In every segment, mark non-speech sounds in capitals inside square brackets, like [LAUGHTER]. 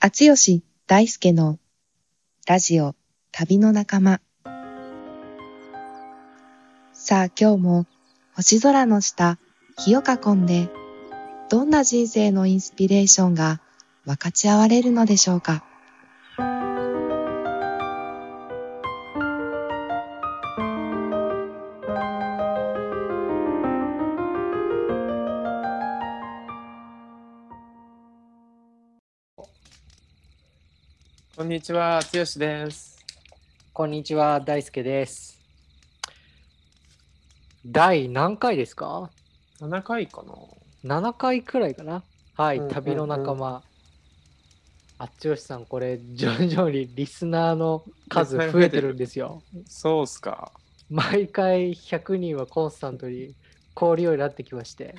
厚吉大輔のラジオ旅の仲間さあ今日も星空の下火を囲んでどんな人生のインスピレーションが分かち合われるのでしょうかこんにちは、つよしです。こんにちは、大輔です。第何回ですか7回かな ?7 回くらいかなはい、うんうんうん旅の仲間。あっちよしさん、これ、徐々にリスナーの数リスナー増えてるんですよ。そうっすか。毎回100人はコンスタントに凍るようになってきまして。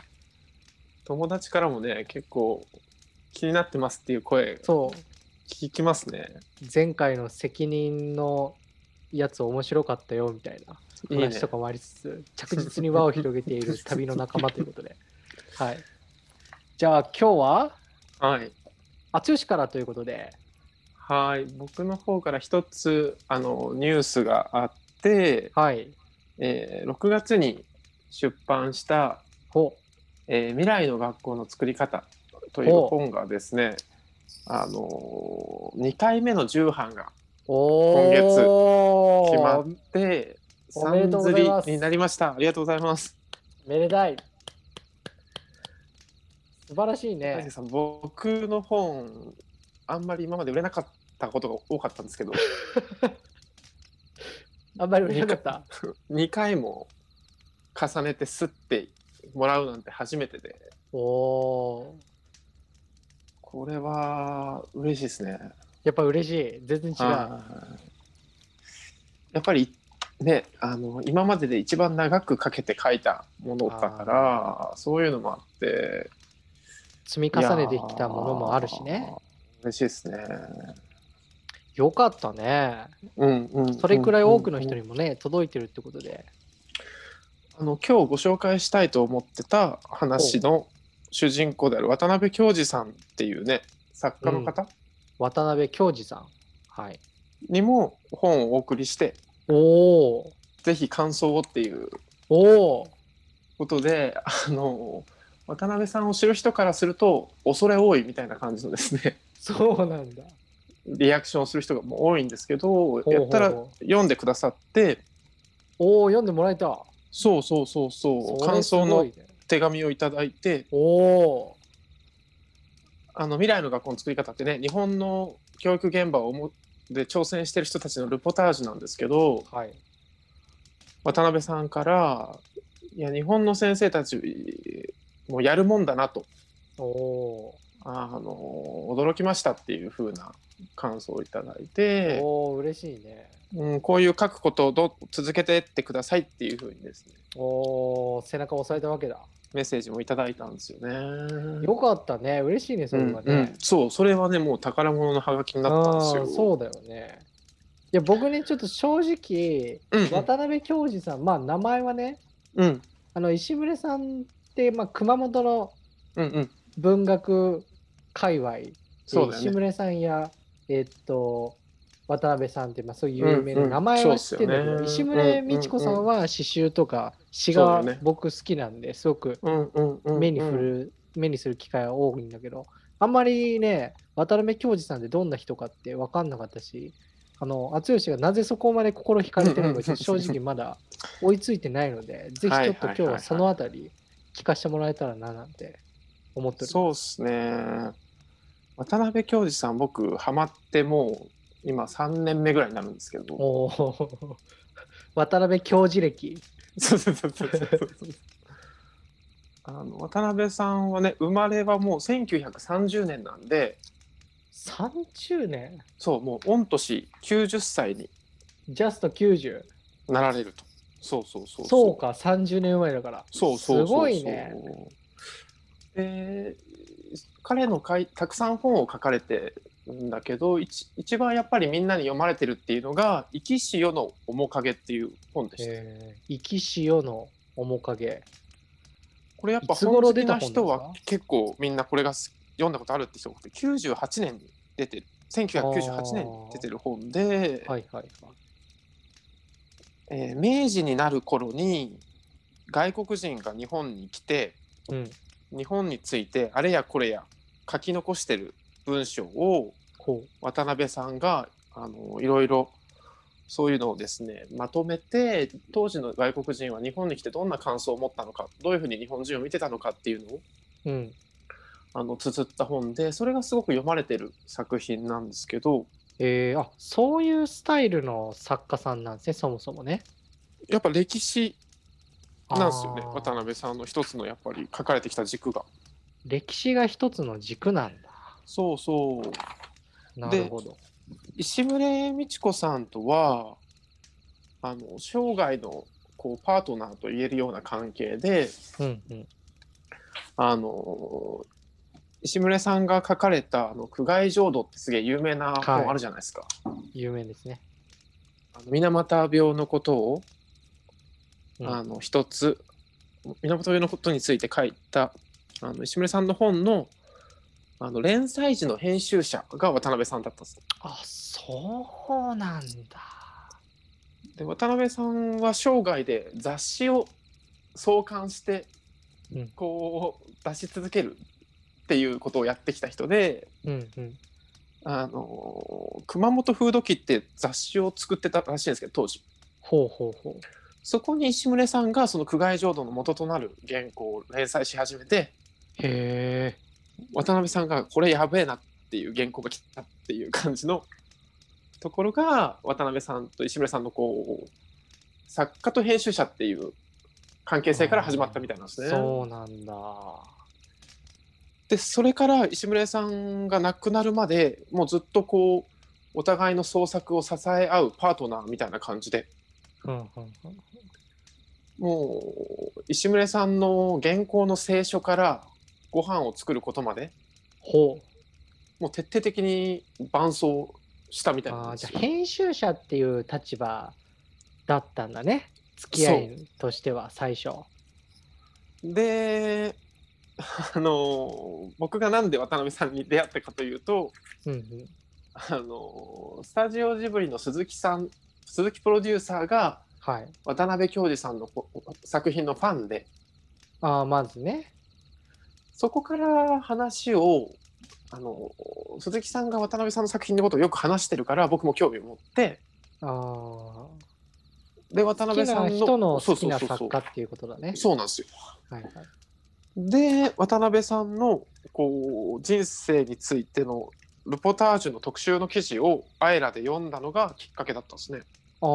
友達からもね、結構気になってますっていう声そう、聞きますね。前回の責任のやつ面白かったよみたいないいね話とかもありつつ、着実に輪を広げている旅の仲間ということ [LAUGHS] で。はい。じゃあ今日ははい。厚吉からということで、はい。僕の方から一つ、あの、ニュースがあって、はい。えー6月に出版した、ほえー未来の学校の作り方というお本がですね、あの2回目の重版がお決まーっ。て、おめでとうご三ざいます釣りになりました。ありがとうございます。めでたい。素晴らしい大輔ね。さん僕の本あんまり今まで売れなかったことが多かったんですけど [LAUGHS] あんまり嬉しかった。 2回も重ねてすってもらうなんて初めてでおー。これは嬉しいですね。やっぱ嬉しい。全然違う。はいやっぱりねあの今までで一番長くかけて書いたものだからそういうのもあって積み重ねてきたものもあるしいやね。ー嬉しいですね。よかったね。うんうん、それくらい多くのに人にもね、届いてるってことで。あの今日ご紹介したいと思ってた話の主人公である渡辺京二さんっていうね作家の方渡辺京二さん。はい。にも本をお送りして、おー。ぜひ感想をっていうおー。ことであの渡辺さんを知る人からすると恐れ多いみたいな感じのですねそうなんだ。リアクションをする人がもう多いんですけどうほうやったら読んでくださっておー、読んでもらえた。そうそうそうそうそれ感すご想いのね。手紙をいただいておー。あの未来の学校の作り方ってね日本の教育現場をもで挑戦してる人たちのルポタージュなんですけどはい。渡辺さんからいや日本の先生たちもやるもんだなとおおあの驚きましたっていう風な感想をいただいー、て、おー嬉しいね。うん、こういう書くことをど続けてってくださいっていう風にですねおお背中を押されたわけだ。メッセージもいただいたんですよね。よかったね。嬉しいね、それはね。うんうん、そうそれはねもう宝物のハガキになったんですあよ。ーそうだよね。いや、僕ね、ちょっと正 [LAUGHS] 直、うんうん渡辺教授さん、まあ、名前はね、うんあの、石牟礼さんって、まあ、熊本のうんうん文学界隈、そうだよ石ね牟。礼さんや、えっと、渡辺さんって、まあ、そういう有名なうんうん名前は知ってるんだけど、そうっすよね石牟礼美智子さんは詩集とか詩がそうだよね僕好きなんで、すごくうんうんうんうん目に振る、目にする機会は多いんだけど、あんまりね、渡辺教授さんってどんな人かって分かんなかったし、あの、厚吉がなぜそこまで心惹かれてるのか、ちょっと正直まだ追いついてないので、ぜひちょっと今日はそのあたり聞かせてもらえたらななんて思ってる。そうですね。渡辺教授さん、僕、ハマってもう今3年目ぐらいになるんですけど。おお [LAUGHS] 渡辺教授歴。 [LAUGHS] そうそうそうそうそうあの渡辺さんはね、生まれはもう1930年なんで、 30年そう、もう御年90歳にジャスト90。なられると。そうそうそうそうか、30年前だから。そうそうそうそうすごいね。。で彼のかいたくさん本を書かれてるんだけど一一番やっぱりみんなに読まれてるっていうのが「生き死よの面影」っていう本でした、えー、生きしよの面影。これやっぱいつ本頃好出きたな本です人かは結構みんなこれがす読んだことあるって人が多くて98年に出てる1998年に出てる本で、はいはいはい。えー明治になる頃に外国人が日本に来てうん。日本についてあれやこれや書き残してる文章をこ渡辺さんがあのいろいろそういうのをですねまとめて当時の外国人は日本に来てどんな感想を持ったのかどういうふうに日本人を見てたのかっていうのをう。うん。あの綴った本でそれがすごく読まれてる作品なんですけどえー、あそういうスタイルの作家さんなんですね、そもそもね。やっぱ歴史なんですよねあー渡辺さんの一つのやっぱり書かれてきた軸が。歴史が一つの軸なんだ。そうそうなるほど。石牟美智子さんとはあの生涯のこうパートナーと言えるような関係でうんうん。あの石牟さんが書かれたあの「苦外浄土」ってすげえ有名なはい本あるじゃないですか。有名ですね。あの水俣病のことを、うんあの一つ水俣病のことについて書いたあの石牟さんの本のあの連載時の編集者が渡辺さんだったんですよあそうなんだ。で渡辺さんは生涯で雑誌を創刊してうんこう出し続けるっていうことをやってきた人で、うんうん。あの熊本風土記って雑誌を作ってたらしいんですけど当時ほうほうほう。そこに石牟さんがその苦外浄土の元となる原稿を連載し始めてへえ。渡辺さんがこれやべえなっていう原稿が来たっていう感じのところが渡辺さんと石牟さんのこう作家と編集者っていう関係性から始まったみたいなんですね。そうなんだ。でそれから石牟さんが亡くなるまでもうずっとこうお互いの創作を支え合うパートナーみたいな感じでうんうんうん。もう石牟さんの原稿の聖書からご飯を作ることまでほう。もう徹底的に伴奏したみたいなあんーですじよゃあ編集者っていう立場だったんだね。付き合いとしては最初。で、 [LAUGHS] あの僕がなんで渡辺さんに出会ったかというと、うんうん。あのスタジオジブリの鈴木さん鈴木プロデューサーがはい。渡辺教授さんのこ作品のファンでああ、まずね。そこから話を、あの鈴木さんが渡辺さんの作品のことをよく話してるから僕も興味を持ってああ。で渡好き辺さなんの人のそ好うきそうなそうそう作家っていうことだね。そうなんですよはいはい。で渡辺さんのこう人生についてのルポタージュの特集の記事をアイラで読んだのがきっかけだったんですね。ああ、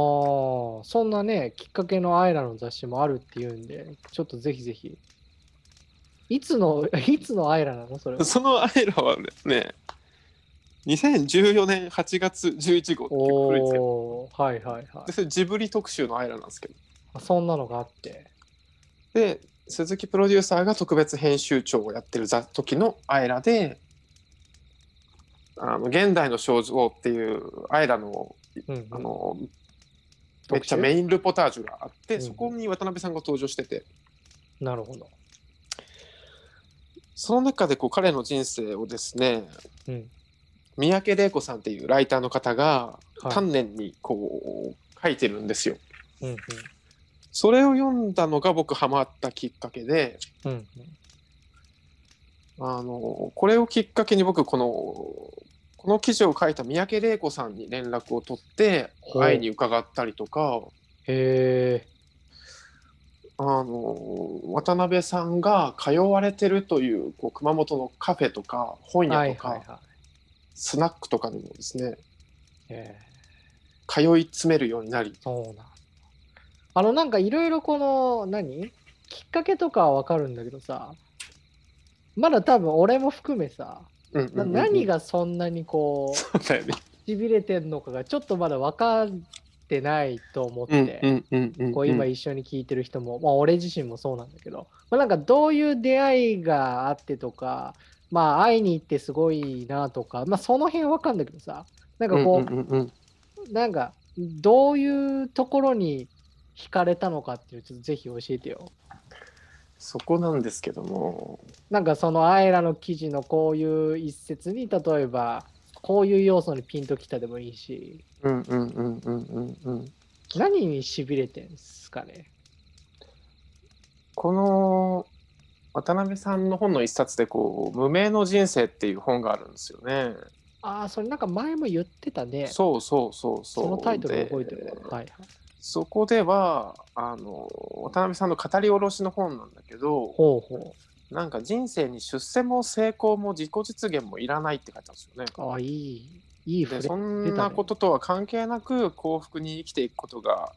そんなね、きっかけのアイラの雑誌もあるっていうんで、ちょっとぜひぜひ。いつの、 [LAUGHS] いつのアイラなのそれは。そのアイラはね2014年8月11号っていう古いんですけどおー、はいはいはでいそれジブリ特集のアイラなんですけどあ。そんなのがあって。で鈴木プロデューサーが特別編集長をやってるざ時のアイラで「あの現代の症状」っていうアイラのうんうん、あのめっ特ち集ゃメインルポタージュがあって、うんそこに渡辺さんが登場しててなるほど。その中でこう彼の人生をですねうん。三宅玲子さんっていうライターの方がはい丹念にこう書いてるんですよ。うんうん。それを読んだのが僕ハマったきっかけでうんうん。あのこれをきっかけに僕このこの記事を書いた三宅玲子さんに連絡を取ってほう会いに伺ったりとかへえ。あの渡辺さんが通われてるというこう熊本のカフェとか本は屋といか、はいはい。スナックとかにもですねえ通い詰めるようになりー、そうなん。あの、なんかいろいろこの、何きっかけとかはわかるんだけどさ、まだ多分俺も含めさ、うんうんなうんうん何がそんなにこそう、うだよね。しびれてんのかがちょっとまだ分かってないと思っうんて、うんうんうんうん。こう今一緒に聞いてる人も、まあ、俺自身もそうなんだけど、まあ、なんかどういう出会いがあってとか、まあ、会いに行ってすごいなとか、まあ、その辺分かんだけどさなんかこう、うんうんうんうんなんかどういうところに惹かれたのかっていうちょっとぜひ教えてよ。そこなんですけども、なんかそのアイラの記事のこういう一節に例えばこういう要素にピンときたでもいいし、うんうんうんうんうんうん。何にしびれてんすかね。この渡辺さんの本の一冊でこう「無名の人生」っていう本があるんですよね。ああ、それなんか前も言ってたね。そうそうそうそう。そのタイトル覚えてでるわ。はいはい。そこではあの渡辺さんの語り下ろしの本なんだけどほうほなんか人生に出世も成功も自己実現もいらないって書いてあるんですよね。う。ああ、いい。いいフレでそんなこととは関係なく幸福に生きていくことが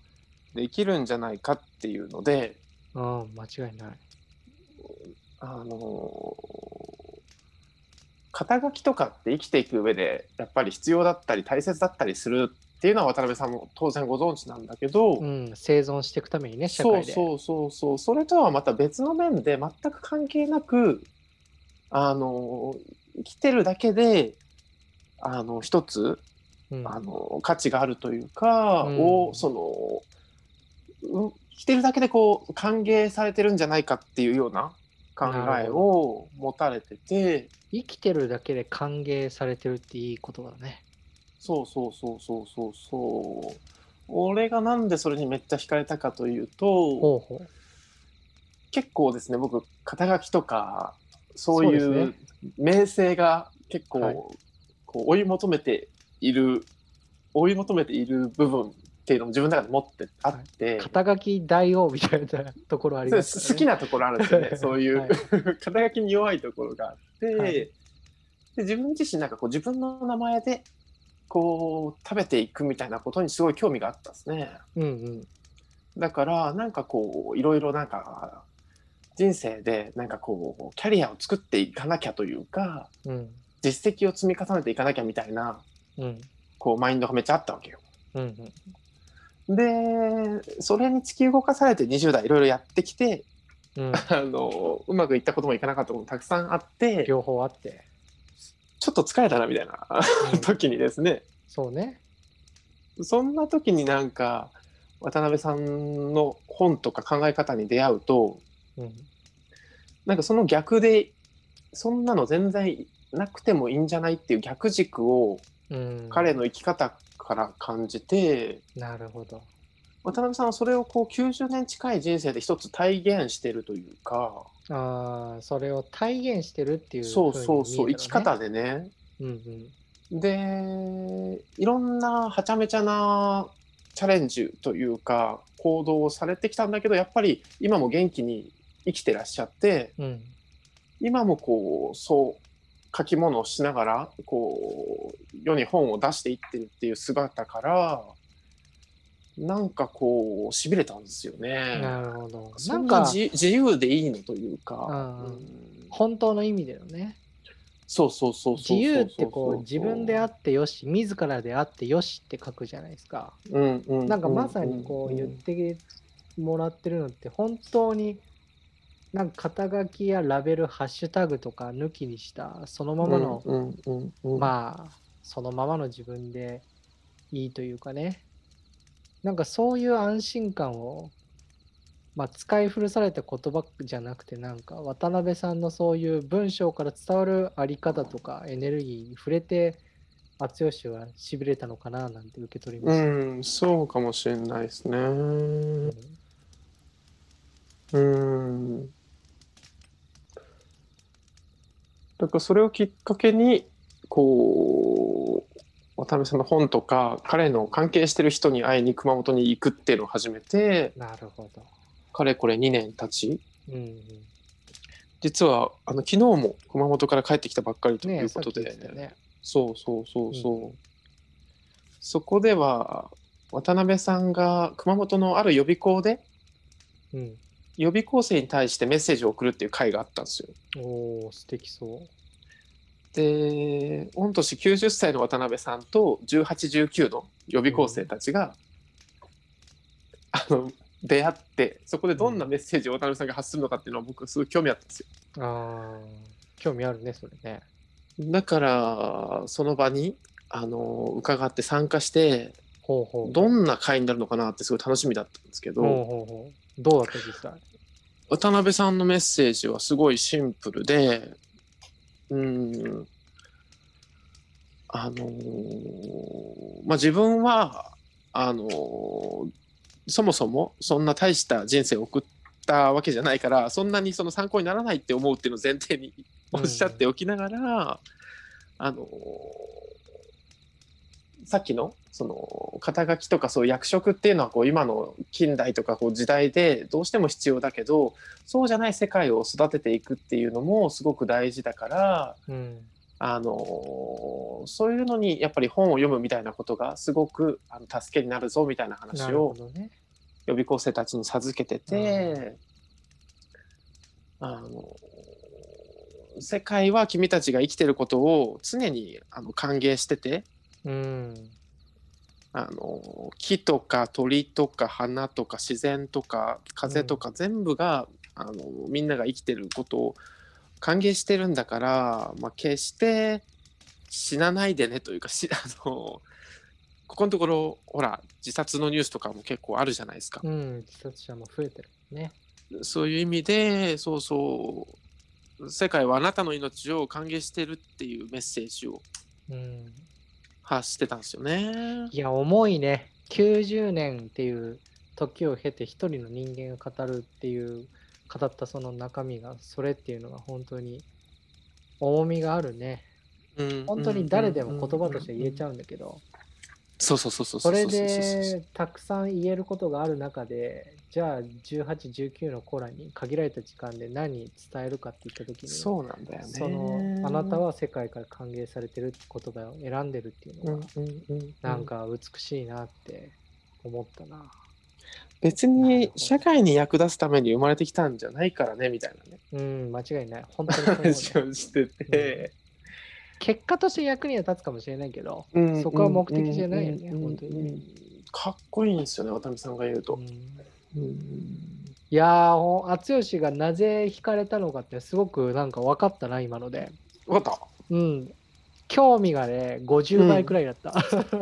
できるんじゃないかっていうのでうん、間違いない。あの肩書きとかって生きていく上でやっぱり必要だったり大切だったりするっていうのは渡辺さんも当然ご存知なんだけど、うん、生存していくためにね、社そう会で。そうそうそうそれとはまた別の面で全く関係なくあの生きてるだけであの一つうんあの価値があるというか、うんをそのう生きてるだけでこう歓迎されてるんじゃないかっていうような考なえるを持たれてて生きてるだけで歓迎されてるっていい言葉だね。そうそうそうそうそうそう俺がなんでそれにめっちゃ惹かれたかというとほうほう。結構ですね僕肩書きとかそういそうですうね名声が結構、はいこう追い求めている追い求めている部分っていうのも自分の中で持ってあって。肩書き大王みたいなところあります [LAUGHS] そう好きなところあるんですよ [LAUGHS] ねそういう、はい肩書きに弱いところがあって、はいで自分自身なんかこう自分の名前でこう食べていくみたいなことにすごい興味があったんですねうんだからなんかこういろいろなんか人生でなんかこうキャリアを作っていかなきゃというかうんうん実績を積み重ねていかなきゃみたいなうんこうマインドがめっちゃあったわけようんうんでそれに突き動かされて20代いろいろやってきてうん、あのうまくいったこともいかなかったこともたくさんあってちょ両方あって、っと疲れたなみたいなうん時にですねそうねそんな時になんか渡辺さんの本とか考え方に出会うとうんなんかその逆でそんなの全然なくてもいいんじゃないっていう逆軸をうん、彼の生き方から感じて、なるほど渡辺さんはそれをこう90年近い人生で一つ体現してるというか、あーそれを体現してるっていうそう風にそうそう見え生たき方らねでねうんうんでいろんなはちゃめちゃなチャレンジというか行動をされてきたんだけどやっぱり今も元気に生きてらっしゃってうん今もこうそう書き物をしながらこう世に本を出していってるっていう姿からなんかこうしびれたんですよね。なるほどそなんんなか自自由でいいのというかあ、ーうん本当の意味だよねそうそうそう自そうそうそう由ってこう自分であっってよし自らであってよしって書くじゃないですかなんかまさにこう言ってもらってるのって本当になんか肩書きやラベルハッシュタグとか抜きにしたそのままの、うんうんうんうんまあそのままの自分でいいというかねなんかそういう安心感を、まあ、使い古された言葉じゃなくてなんか渡辺さんのそういう文章から伝わるあり方とかエネルギーに触れて敦吉はしびれたのかななんて受け取りまうした。ん、そうかもしれないですね。うんうん。だからそれをきっかけに、こう、渡辺さんの本とか、彼の関係してる人に会いに熊本に行くっていうのを始めて、なるほど。かれこれ2年経ち、うんうん、実はあの昨日も熊本から帰ってきたばっかりといねうさことっきで、言ってたね。そうそうそうそう。うそこでは、渡辺さんが熊本のある予備校で、うん、予備校生に対してメッセージを送るっていう会があったんですよ。おお素敵そう。で御年90歳の渡辺さんと1819の予備校生たちが、あの出会ってそこでどんなメッセージを渡辺さんが発するのかっていうのは僕すごい興味あったんですよ。ああ興味あるねそれね。だからその場にあの伺って参加してほうほうほう。どんな会になるのかなってすごい楽しみだったんですけど、ほうほうほうどうだった実際。渡辺さんのメッセージはすごいシンプルで、うん、あのーまあ、自分はあのーそもそもそんな大した人生を送ったわけじゃないからそんなにその参考にならないって思うっていうのを前提にうんおっしゃっておきながら、あのーさっきのその肩書きとかそういう役職っていうのはこう今の近代とかこう時代でどうしても必要だけどそうじゃない世界を育てていくっていうのもすごく大事だからうんあのーそういうのにやっぱり本を読むみたいなことがすごくあの助けになるぞみたいなな話るほをどね。予備校生たちに授けてて、あのー世界は君たちが生きてることを常にあの歓迎しててうん。あのー木とか鳥とか花とか自然とか風とか全部が、あのーみんなが生きてることを歓迎してるんだから、まあ、決して死なないでねというかし [LAUGHS] あのーここのところほら自殺のニュースとかも結構あるじゃないですか。うん。自殺者も増えてるね。そういう意味で、そうそう、世界はあなたの命を歓迎してるっていうメッセージをうん。発してたんですよね。いや、重いね。90年っていう時を経て一人の人間が語るっていう、語ったその中身が、それっていうのが本当に重みがあるね。うん本当に誰でも言葉として言えちゃうんだけど、そうそうそうそうそれそうそうそうでたくさん言えることがある中で、じゃあ18、19の子らに限られた時間で何伝えるかって言った時に、そうなんだよね。そのあなたは世界から歓迎されてるって言葉を選んでるっていううんのうが、んうん、なんか美しいなって思ったな。別に社会に役立つために生まれてきたんじゃないからねみたいなねうん、間違 [LAUGHS] いない。本当にそう思うね話をしてて、結果として役には立つかもしれないけど、うんうんそこは目的じゃないよねうんうんうん本当にねかっこいいんですよね渡辺さんが言うとう、んうんいやーほん、敦義がなぜ惹かれたのかってすごくなんか分かったな、今ので。わかっうん。興味がね、50倍くらいだった。たちょ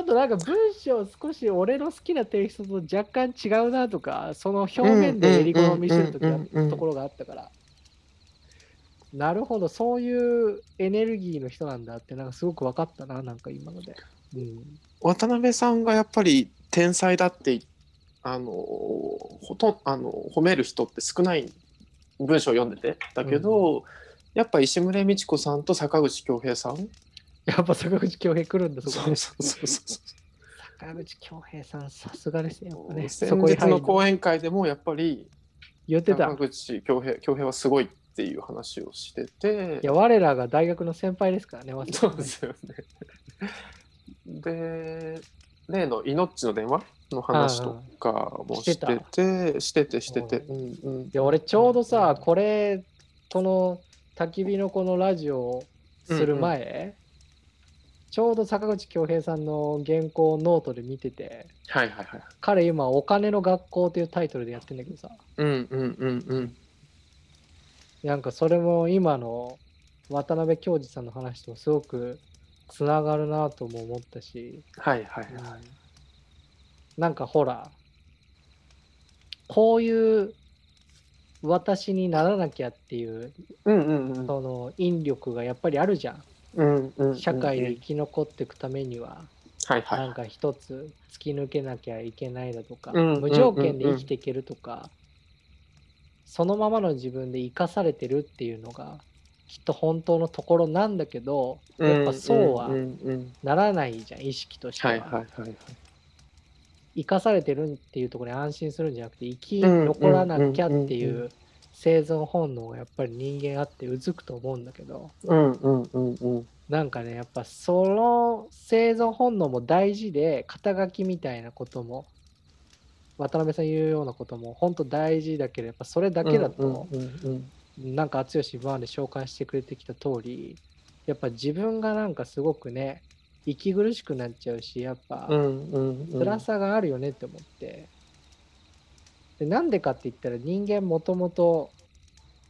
っとなんか文章少し俺の好きなテイストと若干違うなとか、その表面で襟好みしてる時うんうんうんうんうんところがあったから。なるほど、そういうエネルギーの人なんだって、なんかすごく分かったな、なんか今ので。うん。渡辺さんがやっぱり天才だってあのほとんあの褒める人って少ない文章を読んでてだけど、やっぱ石牟礼道子さんと坂口恭平さんやっぱ坂口恭平来るんだ、そこそうで。そうそうそ坂口恭平さん、さすがですね、やっぱう、ね。先そこに日入のるの講演会でもやっぱり言ってた坂。口恭平恭平はすごいっていう話をしてていや、我らが大学の先輩ですからね、私そうですよね。で、例の命の電話の話とかもしてて、してて、してて、うんうん。で俺ちょうどさ、これこの焚き火のこのラジオをする前、ちょうど坂口恭平さんの原稿をノートで見ててはいはいはい。彼今「お金の学校」っていうタイトルでやってんだけどさうんうんうんうん。なんかそれも今の渡辺恭二さんの話とすごくつながるなとも思ったし、はいはいうんはい。なんかほらこういう私にならなきゃっていううんうんうんその引力がやっぱりあるじゃん。うんうん。社会で生き残っていくためには、はいはないん。か一つ突き抜けなきゃいけないだとか、うん無条件で生きていけるとか、そのままの自分で生かされてるっていうのがきっと本当のところなんだけどやっぱそうはうんうん。ならないじゃん意識としては、はいはいはいはい。生かされてるっていうところに安心するんじゃなくて生きうん残らなきゃっていうんうんうんうう生存本能がやっぱり人間あってうずくと思うんだけど。うんうんうんうん。なんかね、やっぱその生存本能も大事で、肩書きみたいなことも、渡辺さん言うようなことも本当大事だけど、やっぱそれだけだと、うんうんなんか淳今まで紹介してくれてきた通り、やっぱ自分がなんかすごくね、息苦しくなっちゃうし、やっうぱんうん。辛さがあるよねって思って。でなんでかって言ったら人間もともと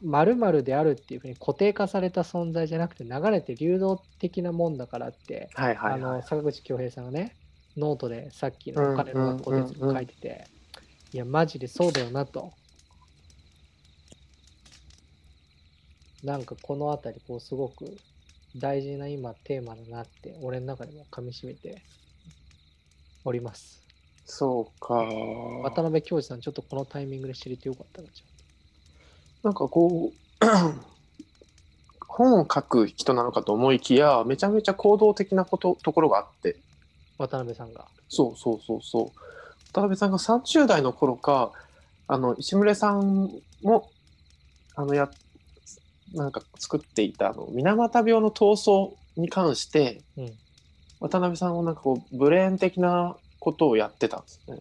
〇〇であるっていうふうに固定化された存在じゃなくて流れて流動的なもんだからってはいはあいはのい。坂口恭平さんがねノートでさっきのお金の学校でうんうんうんうん書いてていやマジでそうだよなとなんかこの辺りこうすごく大事な今テーマだなって俺の中でも噛み締めておりますそうか。渡辺教授さんちょっとこのタイミングで知れてよかったなじゃなんかこう [CLEARS THROAT] 本を書く人なのかと思いきやめちゃめちゃ行動的なことところがあってあ渡辺さんがそうそうそうそう渡辺さんが30代の頃かあの石牟礼さんもあのやなんか作っていたあの水俣病の闘争に関して、うん渡辺さんをなんかこうブレーン的なことをやってたんですね。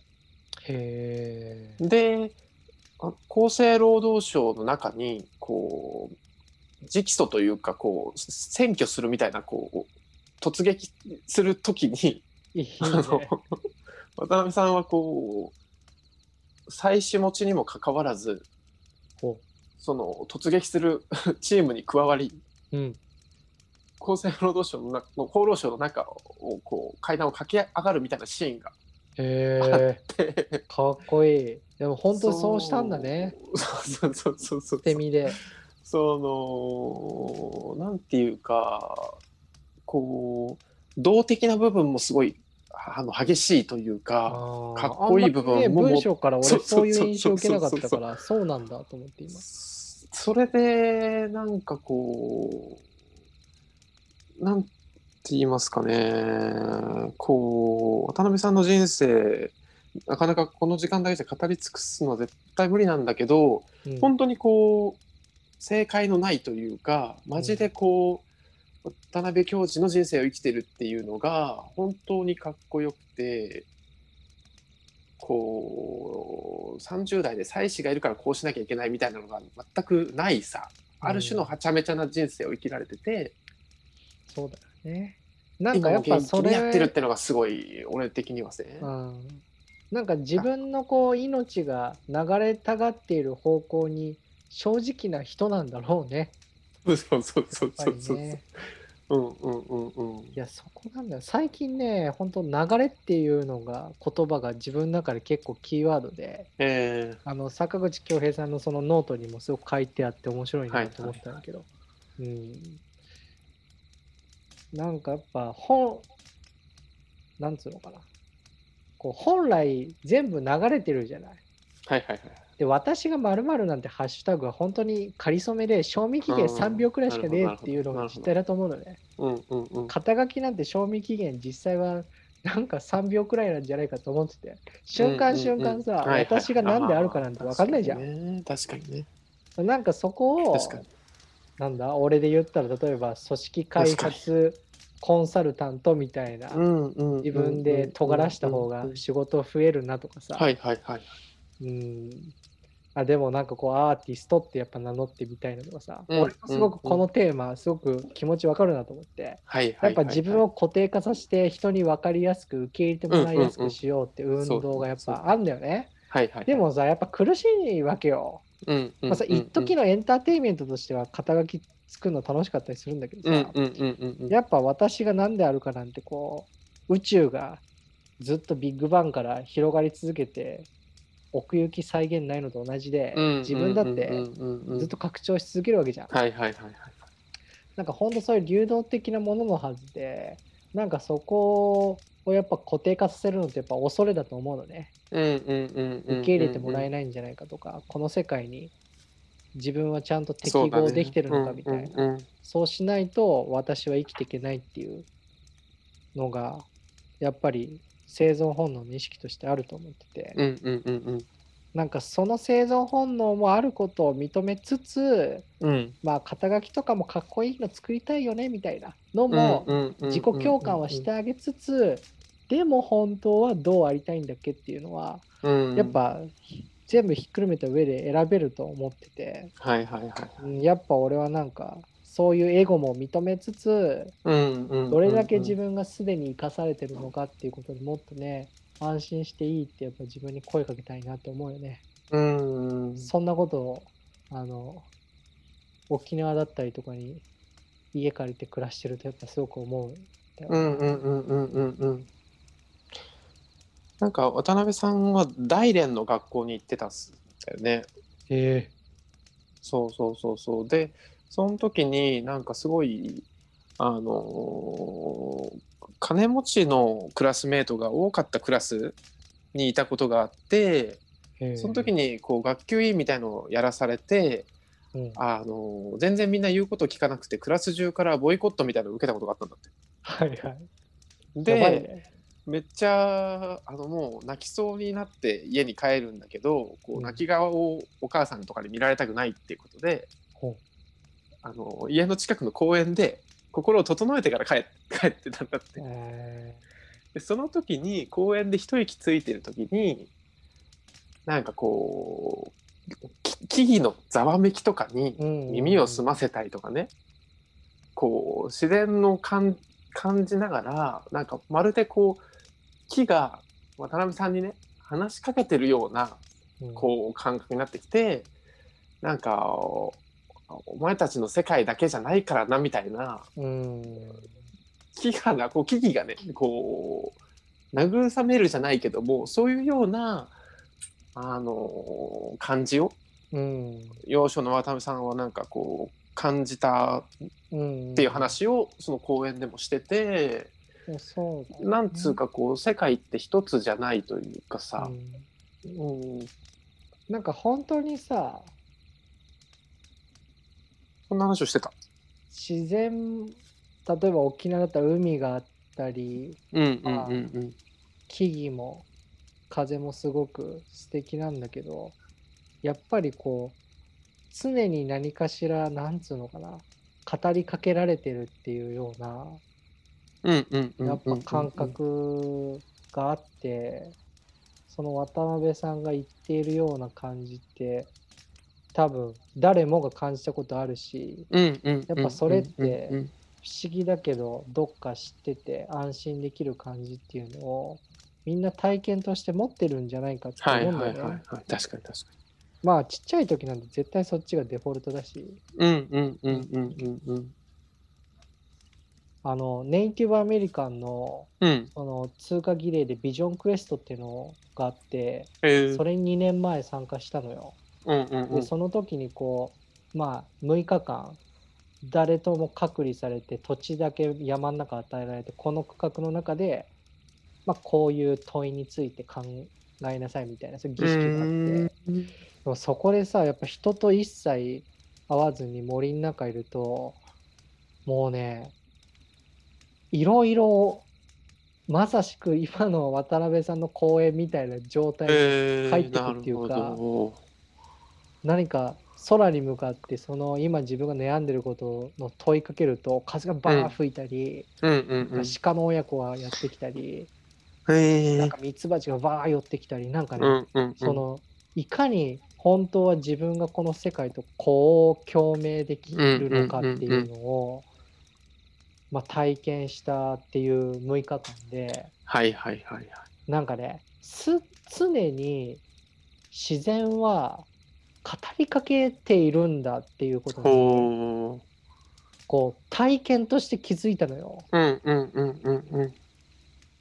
へえであ厚生労働省の中にこう直訴というかこう選挙するみたいなこう突撃するときにいいねあの渡辺さんはこう妻子持ちにもかかわらずほその突撃する [LAUGHS] チームに加わりううん厚生労働省の中厚労省の中をこう階段を駆け上がるみたいなシーンがへえかっこいいでも本当にそうしたんだね。そうそうそうそうそう。セミでそのなんていうかこう動的な部分もすごいあの激しいというかかかっこいい部分も文章から俺そうそうそういう印象を受けなかったそかうらそうなんだと思っていますそれでなんかこうなんて言いますかねこう渡辺さんの人生なかなかこの時間だけじゃ語り尽くすのは絶対無理なんだけど、うん本当にこう正解のないというかマジでこう、渡辺教授の人生を生きてるっていうのが本当にかっこよくてこう30代で妻子がいるからこうしなきゃいけないみたいなのが全くないさある種のはちゃめちゃな人生を生きられてて、そうだよねなんか今やもっぱ元気そにれやってるってのがすごい俺的にはね。うんなんか自分のこう命が流れたがっている方向に正直な人なんだろうね。そうそうそうやっそぱうりそう。ね。うんうんうんうん。いやそこなんだよ。最近ね、本当流れっていうのが言葉が自分の中で結構キーワードで、えあの坂口恭平さんのそのノートにもすごく書いてあって面白いはないと思ったんだけど、うん、なんかやっぱ本なんつうのかなこう本来全部流れてるじゃないー、はいはいはい。で私が〇〇なんてハッシュタグは本当に仮初めで賞味期限うん3秒くらいしかねえっていうのながるほど実態だと思うのねうんうんうん。肩書きなんて賞味期限実際はなんか3秒くらいなんじゃないかと思ってて瞬間瞬間さ、うんうんうんはいはい私が何であるかなんて分かんないじゃん、確かにね。なんかそこを確かにね。確かに。なんだ俺で言ったら例えば組織開発コンサルタントみたいなうんうん自分で尖らした方うんがうんうん仕事増えるなとかさ、はいはいはい。うんあでもなんかこうアーティストってやっぱ名乗ってみたいなとかさ、うん俺もすごくこのテーマすごく気持ちわかるなと思って、はいはい。やっぱ自分を。を固定化させて人に分かりやすく受け入れてもらいやすくしようって運動がやっぱあんだよね、はいはい。で、もさやっぱ苦しいわけよ、うんうん。まあ、さ一時のエンターテインメントとしては肩書き作るの楽しかったりするんだけどさ、うんうんうんうんうん。やっぱ私が何であるかなんてこう宇宙がずっとビッグバンから広がり続けて奥行き再現ないのと同じで、自分だってずずっと。拡張し続けるわけじゃん。はいはいはいはい。なんかほんとそういう流動的なもののはずでなんかそこをやっぱ固定化させるのってやっぱ恐れだと思うのね。うんうんうんうん。受け入れてもらえない。ないんじゃないかとか、この世界に自分はちゃんと適合できてるのかみたいな。な。そうしないと私は生きていけないっていうのがやっぱり生存本能の意識としてあると思ってて、うんうんうんうんなんかその生存本能もあることを認めつつうん。うん。まあ肩書きとかもかっこいいの作りたいよねみたいなのもも自己共感はしてあげつつでも本当はどうありたいんだっけっていうのはややっ。ぱ全部ひっくるめた上で選べると思っててはいはいはい。うんやっぱ俺はなんかそういうエゴも認めつつうんうん。どれだけ自。分がすでに生かされてるのかっていうことにもっとね安心していいってやっぱ自分に声かけたいなって思うよねうん。そんなことをあの沖縄だったりとかに家借りて暮らしてるとやっぱすごく思ううんうんうんうんうんうん。なんか渡辺さんは大連の学校に行ってたんだよね。えそうそうそうそう。で、その時になんかすごいあのー金持ちのクラスメートが多かったクラスにいたことがあってその時に、にこう学級委員みたいのをやらされて、うんあのー全然みんな言うこと聞かなくてクラス中からボイコットみたいなのを受けたことがあったんだって。はいはい。で、やばいねめっちゃあのもう泣きそうになって家に帰るんだけどこううん泣き顔をお母さんとかに見られたくないっていうことで、ほあの家の近くの公園で心を整えてから帰帰って [LAUGHS] たんだってえでその時に公園で一息ついてる時になんかこうき木々のざわめきとかにーうん耳を澄ませたりとかねこう自然の感感じながらなんかまるでこう木が渡辺さんにね話しかけてるようなうんこう感覚になってきてなんかおお前たちの世界だけじゃないからなみたいなうん。木々がこう木々がねこう慰めるじゃないけどもそういうようなあの感じをうん。幼少の渡辺さんはなんかこう感じたうん。っていう。話をその講演でもしてて、そうだね。なんつうかこう世界って一つじゃないというかさう、んなんか本当にさ、そんな話をしてた。自然、例えば沖縄だったら海があったり、うんうんうん木々も風もすごく素敵なんだけどやっぱりこう常に何かしらなんつうのかな語りかけられてるっていうようなうんうんうんやっぱ感。覚があってその渡辺さんが言っているような感じって多分誰もが感じたことあるしうんうん。やっぱそれって不思議だけどどっか知ってて安心できる感じっていうのをみんな体験として持ってるんじゃないかってはい思はういんだはよいね。はい。確かに確かまあちっちゃい時なんて絶対そっちがデフォルトだしに。うんうんうんうんうんうん。あのネイティブアメリカンのうん。その通過儀礼でビジョンクエストっていうのがあってええ。それに2年前参加したのよ。うんうんうでん。その時にこうまあ6日間誰とも隔離されて土地だけ山の中与えられてこの区画の中で、まあ、こういう問いについて考えなさいみたいなそういう儀式があってでもそこでさやっぱ人と一切会わずに森の中いるともうねいろいろまさしく今の渡辺さんの公演みたいな状態でええ。入ってくっていうかなるほ何か空に向かってその今自分が悩んでることの問いかけると風がバー吹いたり、ど。うんうんうん。鹿の親子がやってきたり、ええなんかミツバチがバー寄ってきたりなんかね、うんうん。そ。のいかに本当は自分がこの世界とこう共鳴できるのかっていうのを、まあ、体験したっていう6日間ではいはいはいはい。なんかねす常に自然は語りかけているんだっていうことにほこう体験として気づいたのよ。う。うんうんうんうんうん。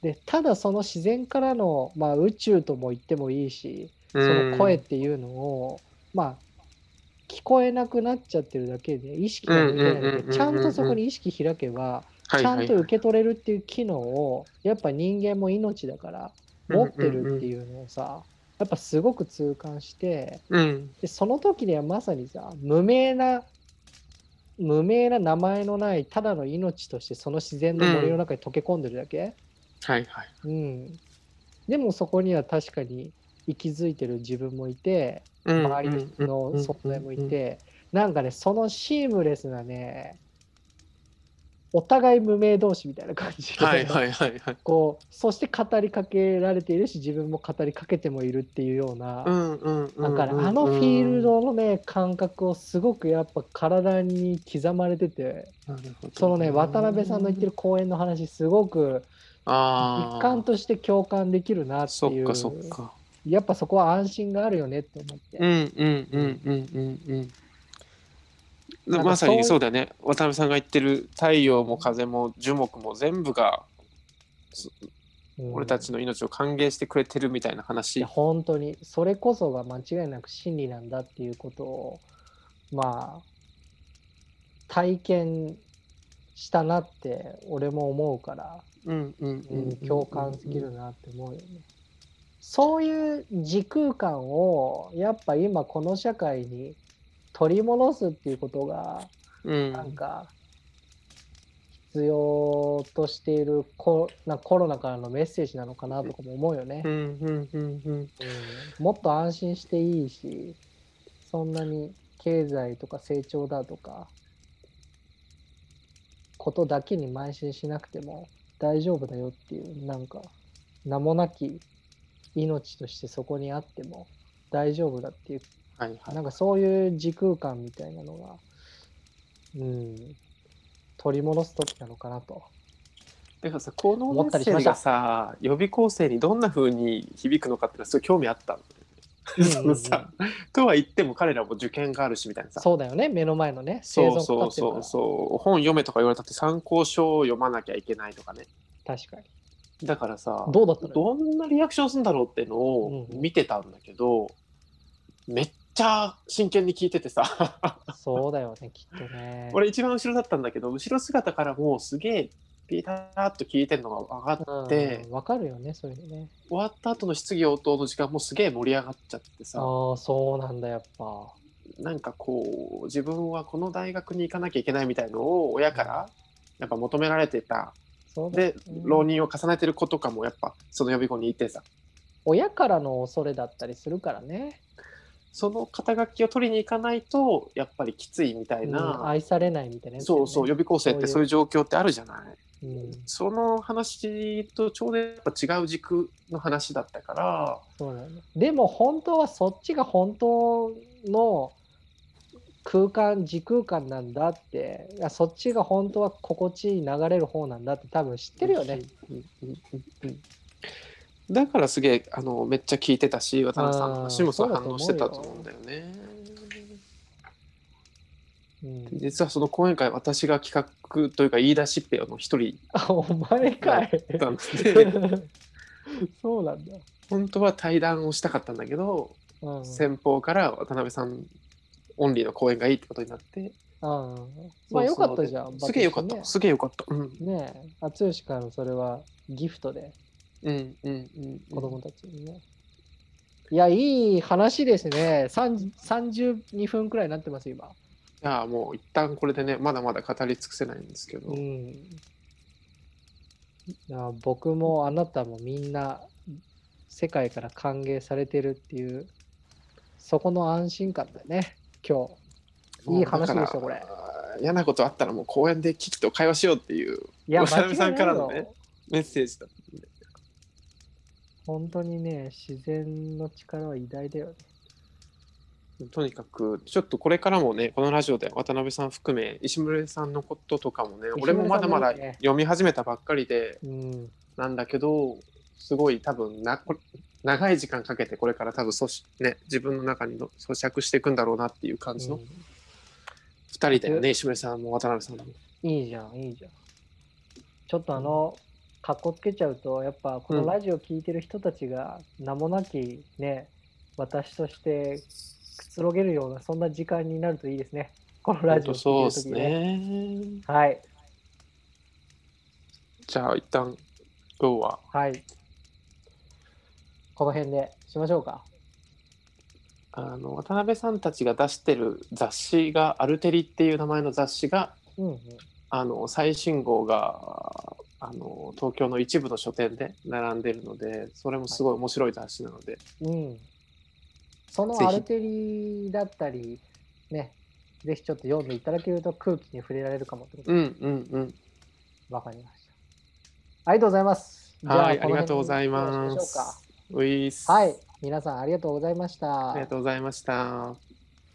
でただその自然からの、まあ、宇宙とも言ってもいいしその声っていうのを、まあ聞こえなくなっちゃってるだけで意識が向いてないうんうんうんだうんうんうけんでちゃんとそこに意識開けばはいちはゃいはんいと受け取れるっていう機能をやっぱ人間も命だから持ってるっていうのをさやっぱすごく痛感してうんでその時にはまさにさ無名な無名な名前のないただの命としてその自然の森の中に溶け込んでるだけ、はいはいうんでもそこには確かに息づいてる自分もいてうん周りの人の存在もいてなんかねそのシームレスなねお互い無名同士みたいな感じで、はいはいはいはいこうそして語りかけられているし自分も語りかけてもいるっていうような、うんうんうんだからあのフィールドのね感覚をすごくやっぱ体に刻まれててそのね渡辺さんの言ってる講演の話すごく一一貫として共感できるなってそいっうかそっかやっぱそこは安心があるよねって思って、うんうんうんうんうんうなんんかまさそにうそうだよね渡辺さんが言ってる太陽も風も樹木も全部がうん俺たちの命を歓迎してくれてるみたいな話いや本当にそれこそが間違いなく真理なんだっていうことをまあ体験したなって俺も思うから、うんうんううんん、共感できるなって思うよね。そういう時空間をやっぱ今この社会に取り戻すっていうことがうんなんか必要としているコなコロナからのメッセージなのかなとかも思うよねう。んうんうんうんうんもっと安心していいしそんなに経済とか成長だとかことだけに邁進しなくても大丈夫だよっていうなんか名もなき命としてそこにあっても大丈夫だっていうはいはいなんかそういう時空間みたいなのが、うん、取り戻す時なのかなと。だからさこのメ思ったッりしセまーしジたがさ予備校生にどんな風に響くのかっていうのはすごい興味あったんだうんよね [LAUGHS] そのさとは言っても彼らも受験があるしみたいなさそうだよね、目の前のね、そう生存かそかうってるそかうそう本読めとか言われたって参考書を読まなきゃいけないとかねら。確かに。だからさどうだったのどんなリアクションするんだろうっていうのをうんうん見てたんだけど、めっちゃ真剣に聞いてて [LAUGHS] さそうだよね、きっとね。 [LAUGHS] 俺一番後ろだったんだけど後ろ姿からもうすげえピターっと聞いてるのが分かって、うんわかるよね、そういうのね。終わった後の質疑応答の時間もすげえ盛り上がっちゃってさああ、そうなんだ、やっぱ。なんかこう自分はこの大学に行かなきゃいけないみたいのを親からやっぱ求められてたそうだよでね浪人を重ねてる子とかもやっぱその予備校にいてさ親からの恐れだったりするからね。その肩書きを取りに行かないとやっぱりきついみたいうんな、愛されないみたいなやつよね、そうそう予備校生ってそういう状況ってあるじゃない。うん、その話とちょうどやっぱ違う軸の話だったからそうだよね。でも本当はそっちが本当の空間、時空間なんだって、いやそっちが本当は心地いい流れる方なんだって多分知ってるよね。うんうんうんうんだからすげえあのめっちゃ聞いてたし渡辺さんの話もそうあーそ反うだと思うよ応してたと思うんだよね。うん [LAUGHS] 実はその講演会私が企画というか言い出しっぺの一人あ、お前かい。だったん [LAUGHS] でそうなんだ。本当は対談をしたかったんだけどうん先方から渡辺さんオンリーの講演がいいってことになってああまあよかったじゃん。すげえよかった、バすげえよかったうんケねねえ、厚吉からのそれはギフトで、うんうんうん子供たちにね。いや、いい話ですね。30 32分くらいになってます、今。いやもう一旦これでねまだまだ語り尽くせないんですけど、うん。いや僕もあなたもみんな世界から歓迎されてるっていう、そこの安心感だよね、今日。いい話でしたこれ嫌なことあったらもう公園でキキと会話しようっていういや、渡辺さんからの間違いないよねメッセージだっ本当にね、自然の力は偉大だよね。たとにかくちょっとこれからもねこのラジオで渡辺さん含め石村さんのこととかもね石俺牟も礼まさだんまもだいいね読み始めたばっかりでうん。なんだけどすごい多分なこれ長い時間かけてこれから多分そし、ね、自分の中にの咀嚼していくんだろうなっていう感じのうん2人だよね、石村さんも渡辺さんも。いいじゃん、いいじゃん。ちょっとあの、かっこつけちゃうと、やっぱこうのんラジオ聞いてる人たちが、名もなきね、私としてくつろげるような、そんな時間になるといいですね。このラジオそうで聞いてるす時ね。ね。はい、じゃあ一旦今日ははい。この辺でしましょうか。あの渡辺さんたちが出してる雑誌が「アルテリ」っていう名前の雑誌がうん、うん。あの最新号があの東京の一部の書店で並んでるのでそれもすごい面白い雑誌なので、うん。そぜのひアルテリーだったり、ね、ぜひちょっと読んでいただけると空気に触れられるかもってことうでんうんうんわかりました。ありがとうございます。はいあこりの辺がとうございによろしまでしょうかす。ういっすはい、皆さんありがとうございました。ありがとうございました。